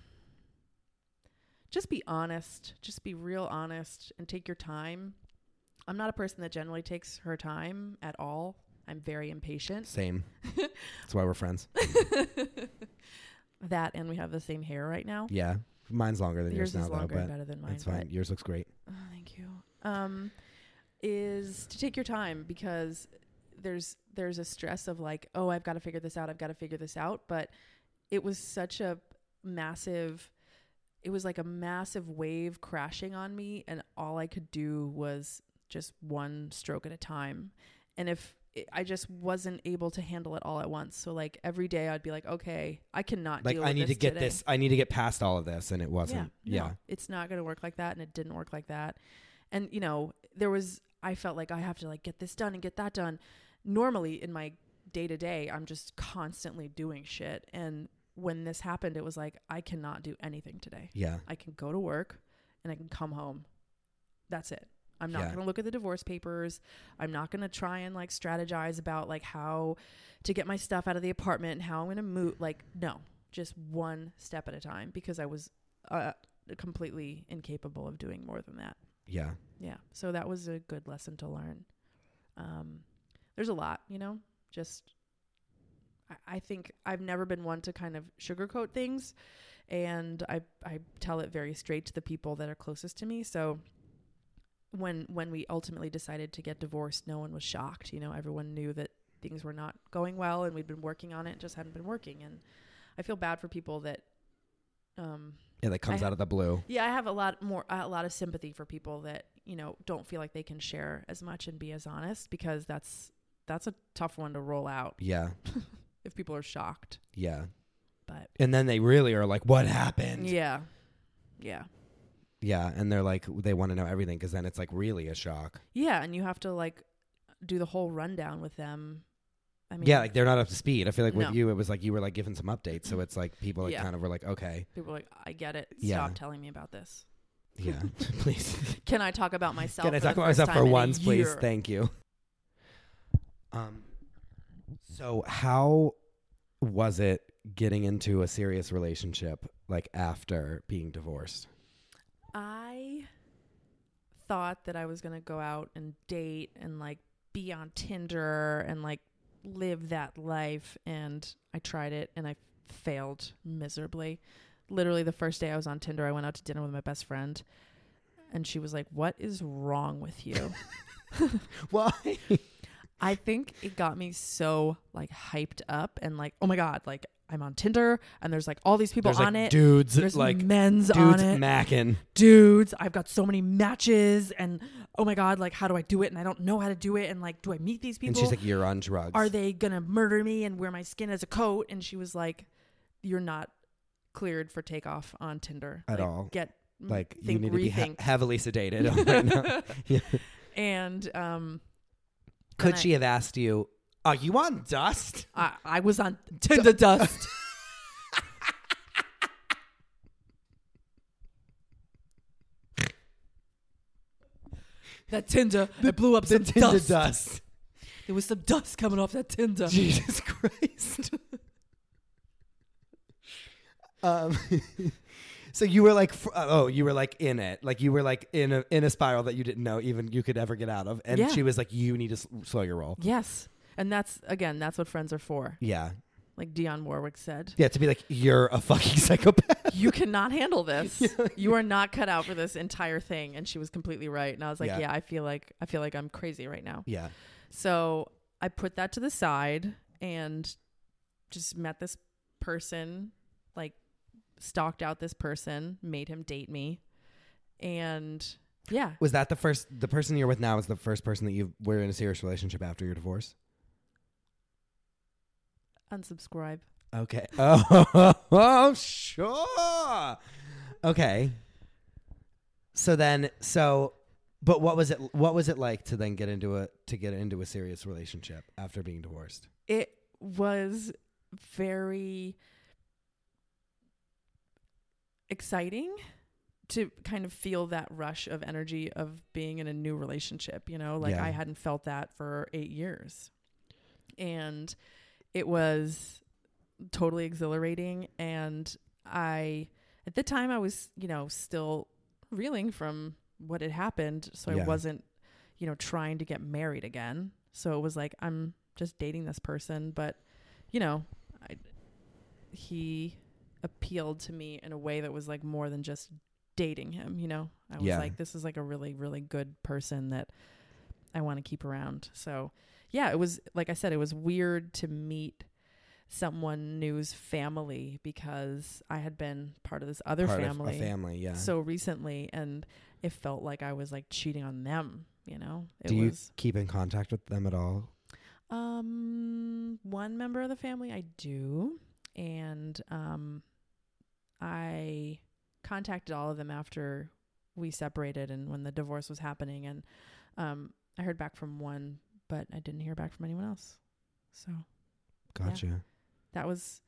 just be honest. Just be real honest and take your time. I'm not a person that generally takes her time at all. I'm very impatient. Same. that's why we're friends. that and we have the same hair right now. Yeah. Mine's longer than yours, Yours is now though, longer and but better than mine. that's fine. Yours looks great. but- oh, thank you. Um, is to take your time because there's there's a stress of like, oh, I've got to figure this out. I've got to figure this out. But it was such a massive. It was like a massive wave crashing on me, and all I could do was just one stroke at a time. And if it, I just wasn't able to handle it all at once, so like every day I'd be like, okay, I cannot. Like deal I with need to this get today. this. I need to get past all of this, and it wasn't. Yeah, Yeah. no, it's not going to work like that, and it didn't work like that. And you know, there was I felt like I have to like get this done and get that done. Normally in my day to day, I'm just constantly doing shit, and when this happened, it was like I cannot do anything today. Yeah. I can go to work and I can come home. That's it. I'm not Yeah. going to look at the divorce papers. I'm not going to try and like strategize about like how to get my stuff out of the apartment and how I'm going to move. Like, no, just one step at a time because I was uh, completely incapable of doing more than that. Yeah. Yeah. So that was a good lesson to learn. Um, there's a lot, you know, just I, I think I've never been one to kind of sugarcoat things and I I tell it very straight to the people that are closest to me. So when when we ultimately decided to get divorced, no one was shocked. You know, everyone knew that things were not going well and we'd been working on it, it just hadn't been working. And I feel bad for people that um Yeah. That comes ha- out of the blue. yeah, I have a lot more a lot of sympathy for people that, you know, don't feel like they can share as much and be as honest because that's that's a tough one to roll out Yeah. if people are shocked. Yeah. But And then they really are like, "What happened?" yeah. Yeah. Yeah, and they're like they want to know everything because then it's like really a shock. Yeah, and you have to like do the whole rundown with them. I mean, yeah, like they're not up to speed. I feel like No. Mm-hmm. with you, it was like you were like giving some updates, so it's like people like Yeah. kind of were like, okay, people are like, "I get it. Stop Yeah. telling me about this." yeah, please. Can I talk about myself? Can I for the talk about first myself time for in a once, please? year? Thank you. Um, so how was it getting into a serious relationship like after being divorced? I thought that I was going to go out and date and like be on Tinder and like live that life. And I tried it and I failed miserably. Literally, the first day I was on Tinder, I went out to dinner with my best friend and she was like, What is wrong with you? Why? I think it got me so like hyped up and like, Oh my God, like I'm on Tinder and there's like all these people There's on like it. dudes There's like men's on dudes it macking. dudes i've got so many matches and oh my god like how do i do it and i don't know how to do it and like do i meet these people And she's like, you're on drugs. are they gonna murder me and wear my skin as a coat and she was like you're not cleared for takeoff on tinder At Like, all. get mm, like think you need to be he- rethink heavily sedated right now. Yeah. and um Could I- she have asked you, "Are you on dust?" i, I was on tinder dust That tinder, it blew up the some tinder dust. dust. There was some dust coming off that tinder. Jesus Christ. um, so you were like, fr- uh, oh, you were like in it, like you were like in a in a spiral that you didn't know even you could ever get out of, and Yeah. she was like, you need to s- slow your roll. Yes. And that's, again, that's what friends are for. Yeah, Like Dionne Warwick said, yeah, to be like, you're a fucking psychopath. you cannot handle this. you are not cut out for this entire thing. And she was completely right. And I was like, Yeah. yeah, I feel like, I feel like I'm crazy right now. yeah, So I put that to the side and just met this person, like stalked out this person, made him date me. And yeah, was that the first? The person you're with now is the first person that you were in a serious relationship after your divorce. unsubscribe. Okay. Oh, sure. Okay. So then, so, but what was it? What was it like to then get into a to get into a serious relationship after being divorced? It was very exciting to kind of feel that rush of energy of being in a new relationship, you know? Like Yeah. I hadn't felt that for 8 years. And it was totally exhilarating and I at the time I was, you know, still reeling from what had happened, so Yeah. I wasn't, you know, trying to get married again. So it was like I'm just dating this person, but you know, I he appealed to me in a way that was like more than just dating him, you know. I was Yeah. like this is like a really really good person that I want to keep around. So, yeah, it was like I said it was weird to meet someone new's family because I had been part of this other Part of family a family, yeah. so recently and it felt like I was like cheating on them, you know? It do you was keep in contact with them at all? um one member of the family I do and um I contacted all of them after we separated and when the divorce was happening and um I heard back from one but I didn't hear back from anyone else. So Gotcha. that was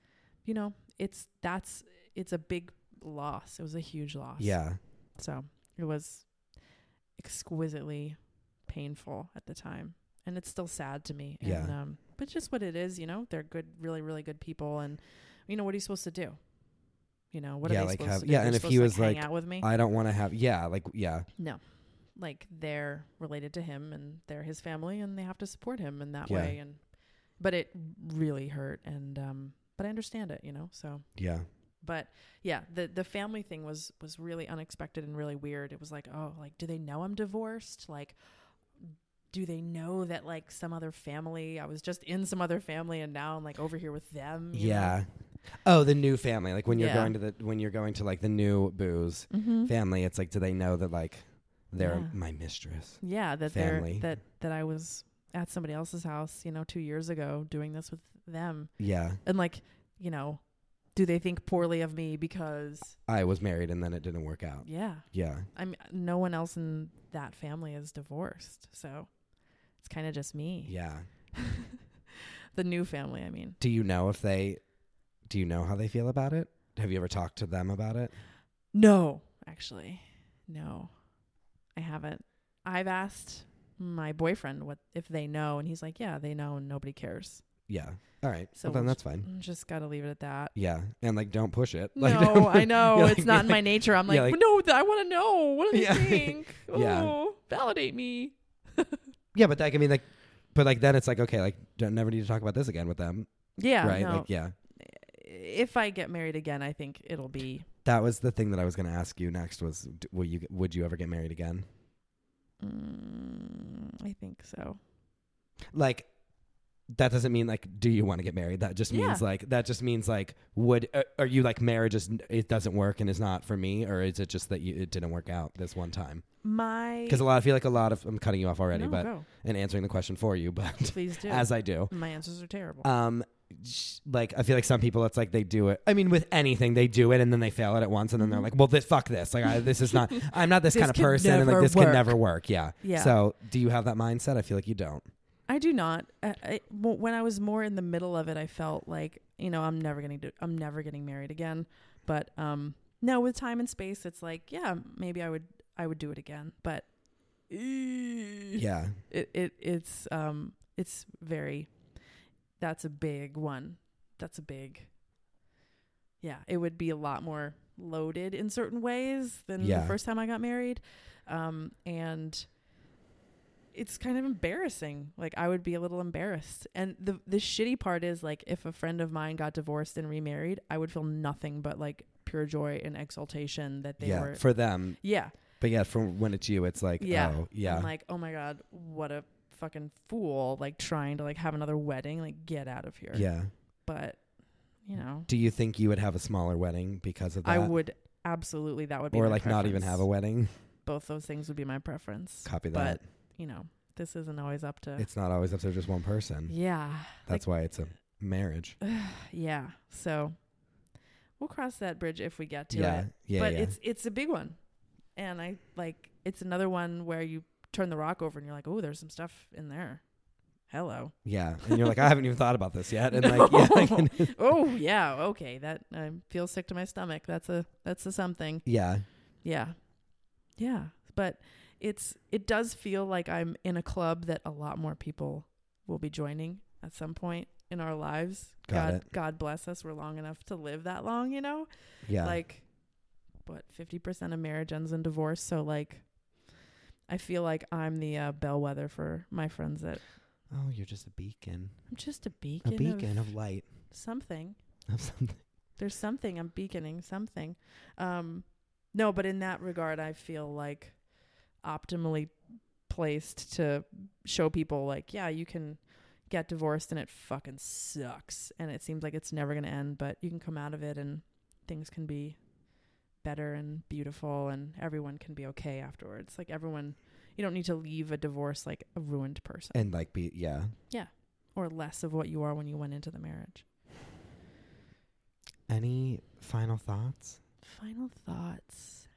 you know, it's that's it's a big loss. It was a huge loss. Yeah. So it was exquisitely painful at the time. And it's still sad to me. Yeah. And, um, but it's just what it is, you know? They're good, really, really good people. And, you know, what are you supposed to do? You know, what Yeah, are they like supposed have- to do? yeah, They're and if supposed he to, was hang like, out with me? I don't want to have. Yeah, like yeah, no. Like they're related to him and they're his family and they have to support him in that Yeah. way. And, but it really hurt. And, um, but I understand it, you know? So, yeah, but yeah the the family thing was was really unexpected and really weird it was like oh like do they know i'm divorced like do they know that like some other family i was just in some other family and now i'm like over here with them you know? yeah. Oh, the new family. Like when you're Yeah. Mm-hmm. going to the when you're going to like the new booze family, it's like, do they know that like they're Yeah. my mistress? yeah that Family. they're that that i was at somebody else's house you know two years ago doing this with them Yeah. and like you know do they think poorly of me because I was married and then it didn't work out. yeah Yeah. i'm no one else in that family is divorced so it's kind of just me Yeah. the new family i mean Do you know if they do you know how they feel about it? Have you ever talked to them about it? no actually no i haven't i've asked my boyfriend what if they know and he's like yeah they know and nobody cares Yeah. All right. So well, then we'll that's fine. just gotta leave it at that Yeah. And like don't push it. Like, no i know Yeah, it's like- not in my nature i'm like, Yeah, like- no th- i want to know what do they Yeah. think Yeah. oh validate me Yeah, but like I mean like but like then it's like okay, like don't never need to talk about this again with them. yeah right? Oh, no. Like yeah. if i get married again i think it'll be That was the thing that I was going to ask you next was d- will you would you ever get married again? mm, i think so like that doesn't mean like do you want to get married that just means Yeah. like that just means like would uh, are you like marriage is it doesn't work and is not for me or is it just that you, it didn't work out this one time my because a lot i feel like a lot of i'm cutting you off already No, but go. and answering the question for you but please do as i do my answers are terrible um sh- like i feel like some people it's like they do it i mean with anything they do it and then they fail it at once and then they're like well this fuck this like I, this is not i'm not this, Mm-hmm. This kind of can person and like never this work. can never work yeah Yeah. so do you have that mindset i feel like you don't I do not. I, I- w- when I was more in the middle of it, I felt like you know I'm never getting to, I'm never getting married again. But um, no, with time and space, it's like yeah, maybe I would I would do it again. But "Ee." Yeah. It, it it's um it's very that's a big one. That's a big yeah, it would be a lot more loaded in certain ways than Yeah. the first time I got married. Um and it's kind of embarrassing. Like I would be a little embarrassed. And the the shitty part is like if a friend of mine got divorced and remarried, I would feel nothing but like pure joy and exultation that they yeah. were For them. Yeah. But yeah, for when it's you, it's like, Yeah. oh, yeah. I'm like, oh my God, what a fucking fool, like trying to like have another wedding, like get out of here. yeah. But you know Do you think you would have a smaller wedding because of that? I would absolutely that would be Or my like not even preference. have a wedding? both those things would be my preference. Copy But, that. You know, this isn't always up to It's not always up to just one person. Yeah. That's why it's a marriage. Yeah. So we'll cross that bridge if we get to yeah. it. Yeah. but yeah. it's it's a big one. And I like it's another one where you turn the rock over and you're like, Oh, there's some stuff in there. Hello. yeah. And you're like, I haven't even thought about this yet. And like, yeah, I No. can- oh yeah okay that i feel sick to my stomach that's a that's a something yeah. yeah yeah but it's it does feel like i'm in a club that a lot more people will be joining at some point in our lives Got god it. god bless us we're long enough to live that long you know Yeah. like what 50% of marriage ends in divorce so like i feel like i'm the uh, bellwether for my friends that oh, you're just a beacon. i'm just a beacon, A beacon of of light. something Of something. there's something i'm beaconing something um no but in that regard i feel like optimally placed to show people like yeah you can get divorced and it fucking sucks and it seems like it's never going to end but you can come out of it and things can be better and beautiful and everyone can be okay afterwards like everyone you don't need to leave a divorce like a ruined person And like, be, yeah. or less of what you are when you went into the marriage Any final thoughts? Final thoughts.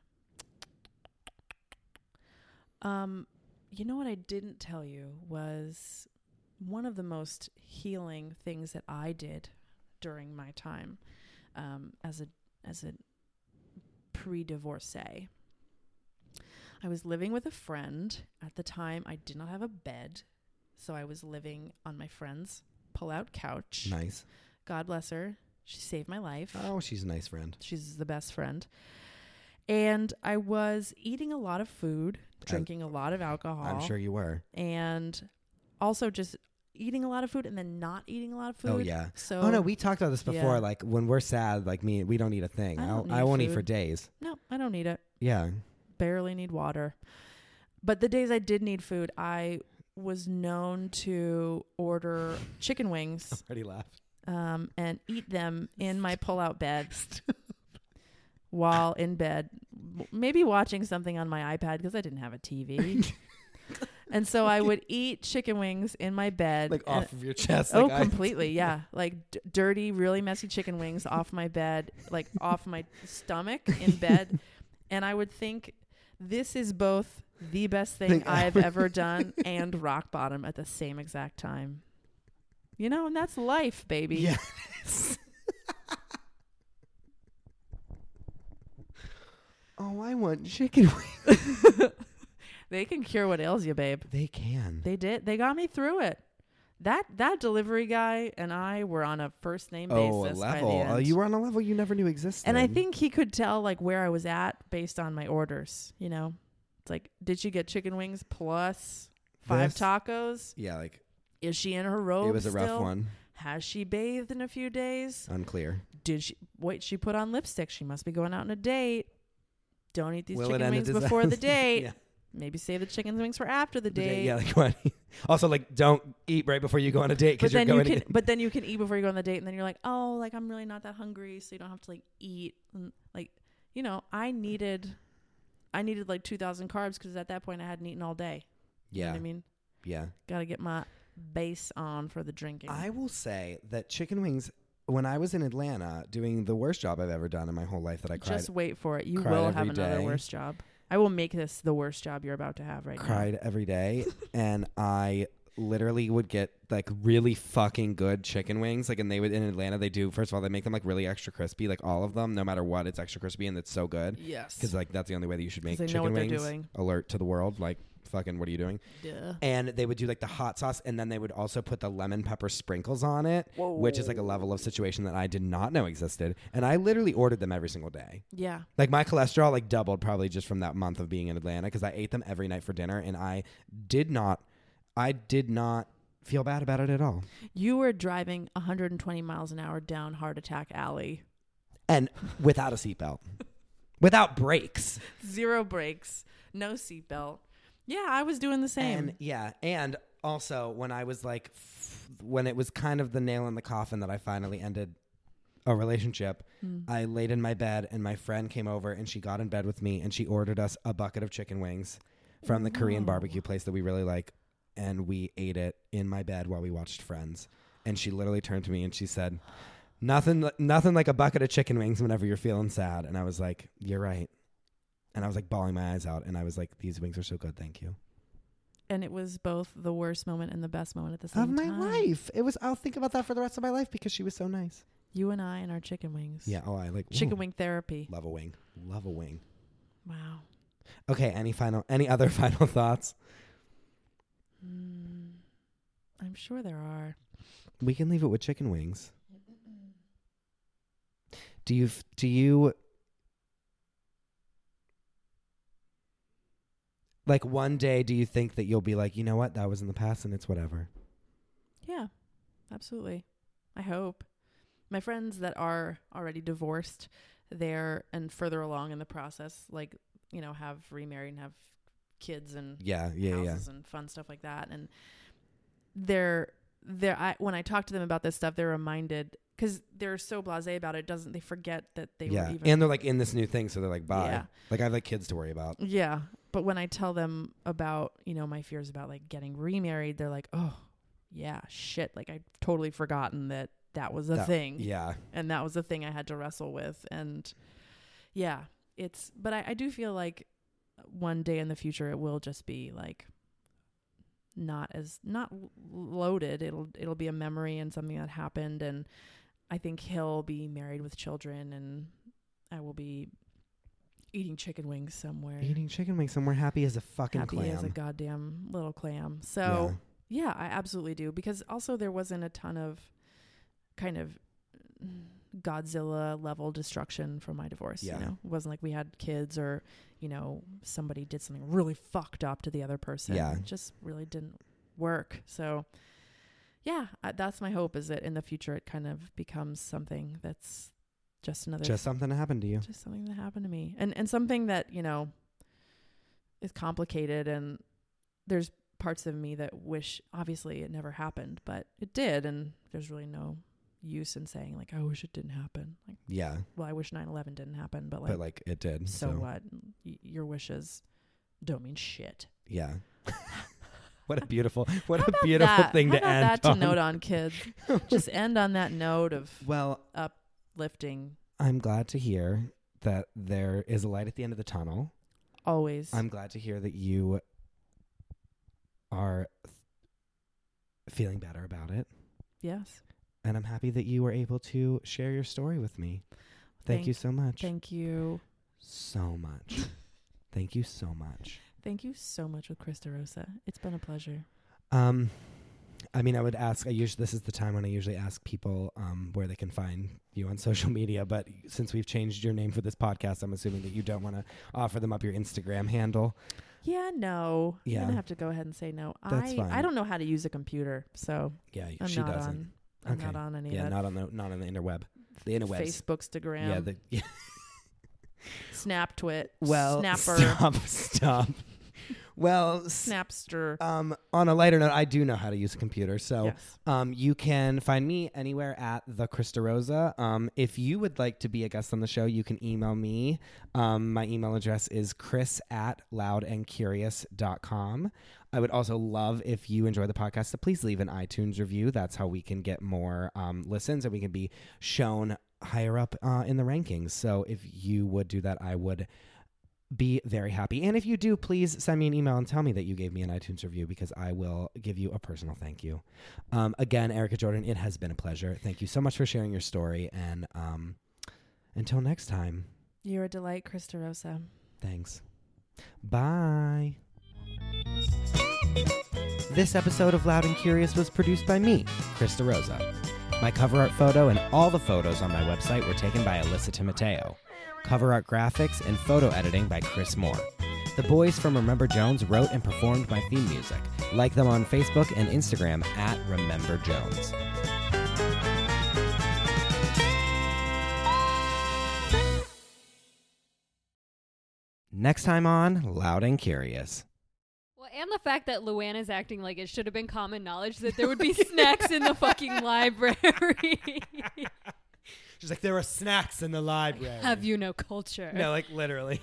Um, you know what I didn't tell you was one of the most healing things that I did during my time um, as a as a pre-divorcee. I was living with a friend at the time. I did not have a bed, so I was living on my friend's pull-out couch. Nice. God bless her. She saved my life. Oh, she's a nice friend. She's the best friend. And I was eating a lot of food, I- drinking a lot of alcohol, I'm sure you were. and also just eating a lot of food and then not eating a lot of food. Oh, yeah. So oh no, we talked about this before. Yeah. Like when we're sad, like me, we don't eat a thing. I I, don't will I need won't eat for food. days. no, I don't need it. Yeah, Barely need water. But the days I did need food, I was known to order chicken wings already laughed. um, and eat them in my pull-out bed while in bed, w- maybe watching something on my iPad because I didn't have a TV. and so I would eat chicken wings in my bed. Like and- off of your chest. oh, like I- completely, yeah. Like d- dirty, really messy chicken wings off my bed, like off my stomach in bed, and I would think this is both the best thing Think I've ever done and rock bottom at the same exact time. You know, and that's life, baby. Yeah. oh, I want chicken. wings. They can cure what ails you, babe. They can. They did. They got me through it. That that delivery guy and I were on a first name oh, a basis by level. the end. Oh, you were on a level you never knew existed. and I think he could tell like where I was at based on my orders. You know, it's like, did she get chicken wings plus five This- tacos? Yeah, like Is she in her robe? it was a rough still? one. Has she bathed in a few days? Unclear. Did she wait? She put on lipstick. She must be going out on a date. Don't eat these Will it chicken end wings in disaster? before the date. Yeah. Maybe save the chicken wings for after the The date. date, Yeah, like what? also, like don't eat right before you go on a date but because you're then you going. can to get- but then you can eat before you go on the date and then you're like oh like i'm really not that hungry so you don't have to like eat and, like you know i needed i needed like 2000 carbs because at that point i hadn't eaten all day you know yeah, what i mean yeah. gotta get my base on for the drinking I will say that chicken wings. When I was in Atlanta doing the worst job I've ever done in my whole life, that I cried, just wait for it you cried will have every another day. worse job i will make this the worst job you're about to have right cried every day, and I literally would get like really fucking good chicken wings. Like, and they would in Atlanta they do. First of all, they make them like really extra crispy. Like all of them, no matter what, it's extra crispy, and it's so good now yes because like that's the only way that you should make they know chicken what they're wings. doing. Alert to the world, like fucking what are you doing? Duh. And they would do like the hot sauce and then they would also put the lemon pepper sprinkles on it, which is like a level of situation that I did not know existed. And I literally ordered them every single day. Yeah. Like my cholesterol like doubled probably just from that month of being in Atlanta because I ate them every night for dinner and I did not I did not feel bad about it at all. You were driving 120 miles an hour down Heart Attack Alley. And without a seatbelt. Without brakes. Zero brakes, no seatbelt. Yeah, I was doing the same. And yeah, and also when I was like f- when it was kind of the nail in the coffin that I finally ended a relationship, I laid in my bed and my friend came over and she got in bed with me and she ordered us a bucket of chicken wings from the Korean barbecue place that we really like and we ate it in my bed while we watched Friends. And she literally turned to me and she said, "Nothing li- nothing like a bucket of chicken wings whenever you're feeling sad." And I was like, "You're right." And I was like bawling my eyes out and I was like, "These wings are so good. Thank you." and it was both the worst moment and the best moment at the same of my time. life. It was. I'll think about that for the rest of my life because she was so nice. You and I and our chicken wings. Yeah. Oh, I like Chicken ooh, wing therapy. Love a wing. Love a wing. Wow. Okay. Any final? Any other final thoughts? Mm, I'm sure there are. We can leave it with chicken wings. Do you? f- Do you? Like one day, do you think that you'll be like, you know what, that was in the past and it's whatever. Yeah, absolutely. I hope. My friends that are already divorced, they're and further along in the process, like, you know, have remarried and have kids and Yeah, yeah, yeah. houses and fun stuff like that. And they're they're I, when I talk to them about this stuff, they're reminded because they're so blasé about it. Doesn't they forget that they yeah, were even and they're like in this new thing, so they're like, bye. Yeah. Like I have like kids to worry about. yeah. But when I tell them about you know my fears about like getting remarried, they're like, oh yeah, shit. Like I've totally forgotten that that was a That- thing, Yeah, and that was a thing I had to wrestle with. And yeah, it's but I, I do feel like one day in the future it will just be like not as not l- loaded it'll it'll be a memory and something that happened and i think he'll be married with children and i will be eating chicken wings somewhere eating chicken wings somewhere happy as a fucking happy clam. as a goddamn little clam so Yeah. yeah, I absolutely do because also there wasn't a ton of kind of Godzilla level destruction from my divorce. Yeah. You know, it wasn't like we had kids or you know somebody did something really fucked up to the other person. Yeah. it just really didn't work. So yeah, I, that's my hope is that in the future it kind of becomes something that's just another Just something happened to you. just something that happened to me and and something that you know is complicated and there's parts of me that wish obviously it never happened but it did and there's really no use in saying like i wish it didn't happen like Yeah, well i wish 9-11 didn't happen but like, but like it did. so, So, what y- your wishes don't mean shit Yeah. what a beautiful, what How a about beautiful that? thing How to about end that to on. note on kids just end on that note of Well, lifting I'm glad to hear that there is a light at the end of the tunnel. always I'm glad to hear that you are feeling better about it, yes and I'm happy that you were able to share your story with me. Thank, you Thank- so much. thank you so much. thank you so much. thank you so much with chris derosa it's been a pleasure Um, I mean, I would ask. I usually this is the time when I usually ask people um, where they can find you on social media. But since we've changed your name for this podcast, I'm assuming that you don't want to offer them up your Instagram handle. Yeah, no. I'm Yeah. gonna have to go ahead and say no. That's I I fine. don't know how to use a computer, so Yeah, I'm she not doesn't. on. I'm Okay. not on any yeah, of that. not on the not on the interweb. The interwebs. Facebook's, Instagram, Yeah, the, yeah. Snap, Twit, Well, Snapper, stop, stop. well, s- Snapster. um, on a lighter note, I do know how to use a computer, so. Yes. Um, you can find me anywhere at the Krista Rosa. Um, if you would like to be a guest on the show, you can email me. Um, my email address is chris at loudandcurious.com. I would also love if you enjoy the podcast to please leave an iTunes review. That's how we can get more um, listens and we can be shown higher up uh, in the rankings. So if you would do that, I would be very happy. And if you do, please send me an email and tell me that you gave me an iTunes review because I will give you a personal thank you. Um, again, Erica Jordan, it has been a pleasure. Thank you so much for sharing your story. And um, until next time, You're a delight, Chris DeRosa. thanks. Bye. Thank This episode of Loud and Curious was produced by me, Krista Rosa. My cover art photo and all the photos on my website were taken by Alyssa Timoteo. Cover art graphics and photo editing by Chris Moore. The boys from Remember Jones wrote and performed my theme music. Like them on Facebook and Instagram at Remember Jones. Next time on Loud and Curious. Well, and the fact that Luann is acting like it should have been common knowledge that there would be snacks in the fucking library. She's like, there are snacks in the library. Have you no culture? No, like literally.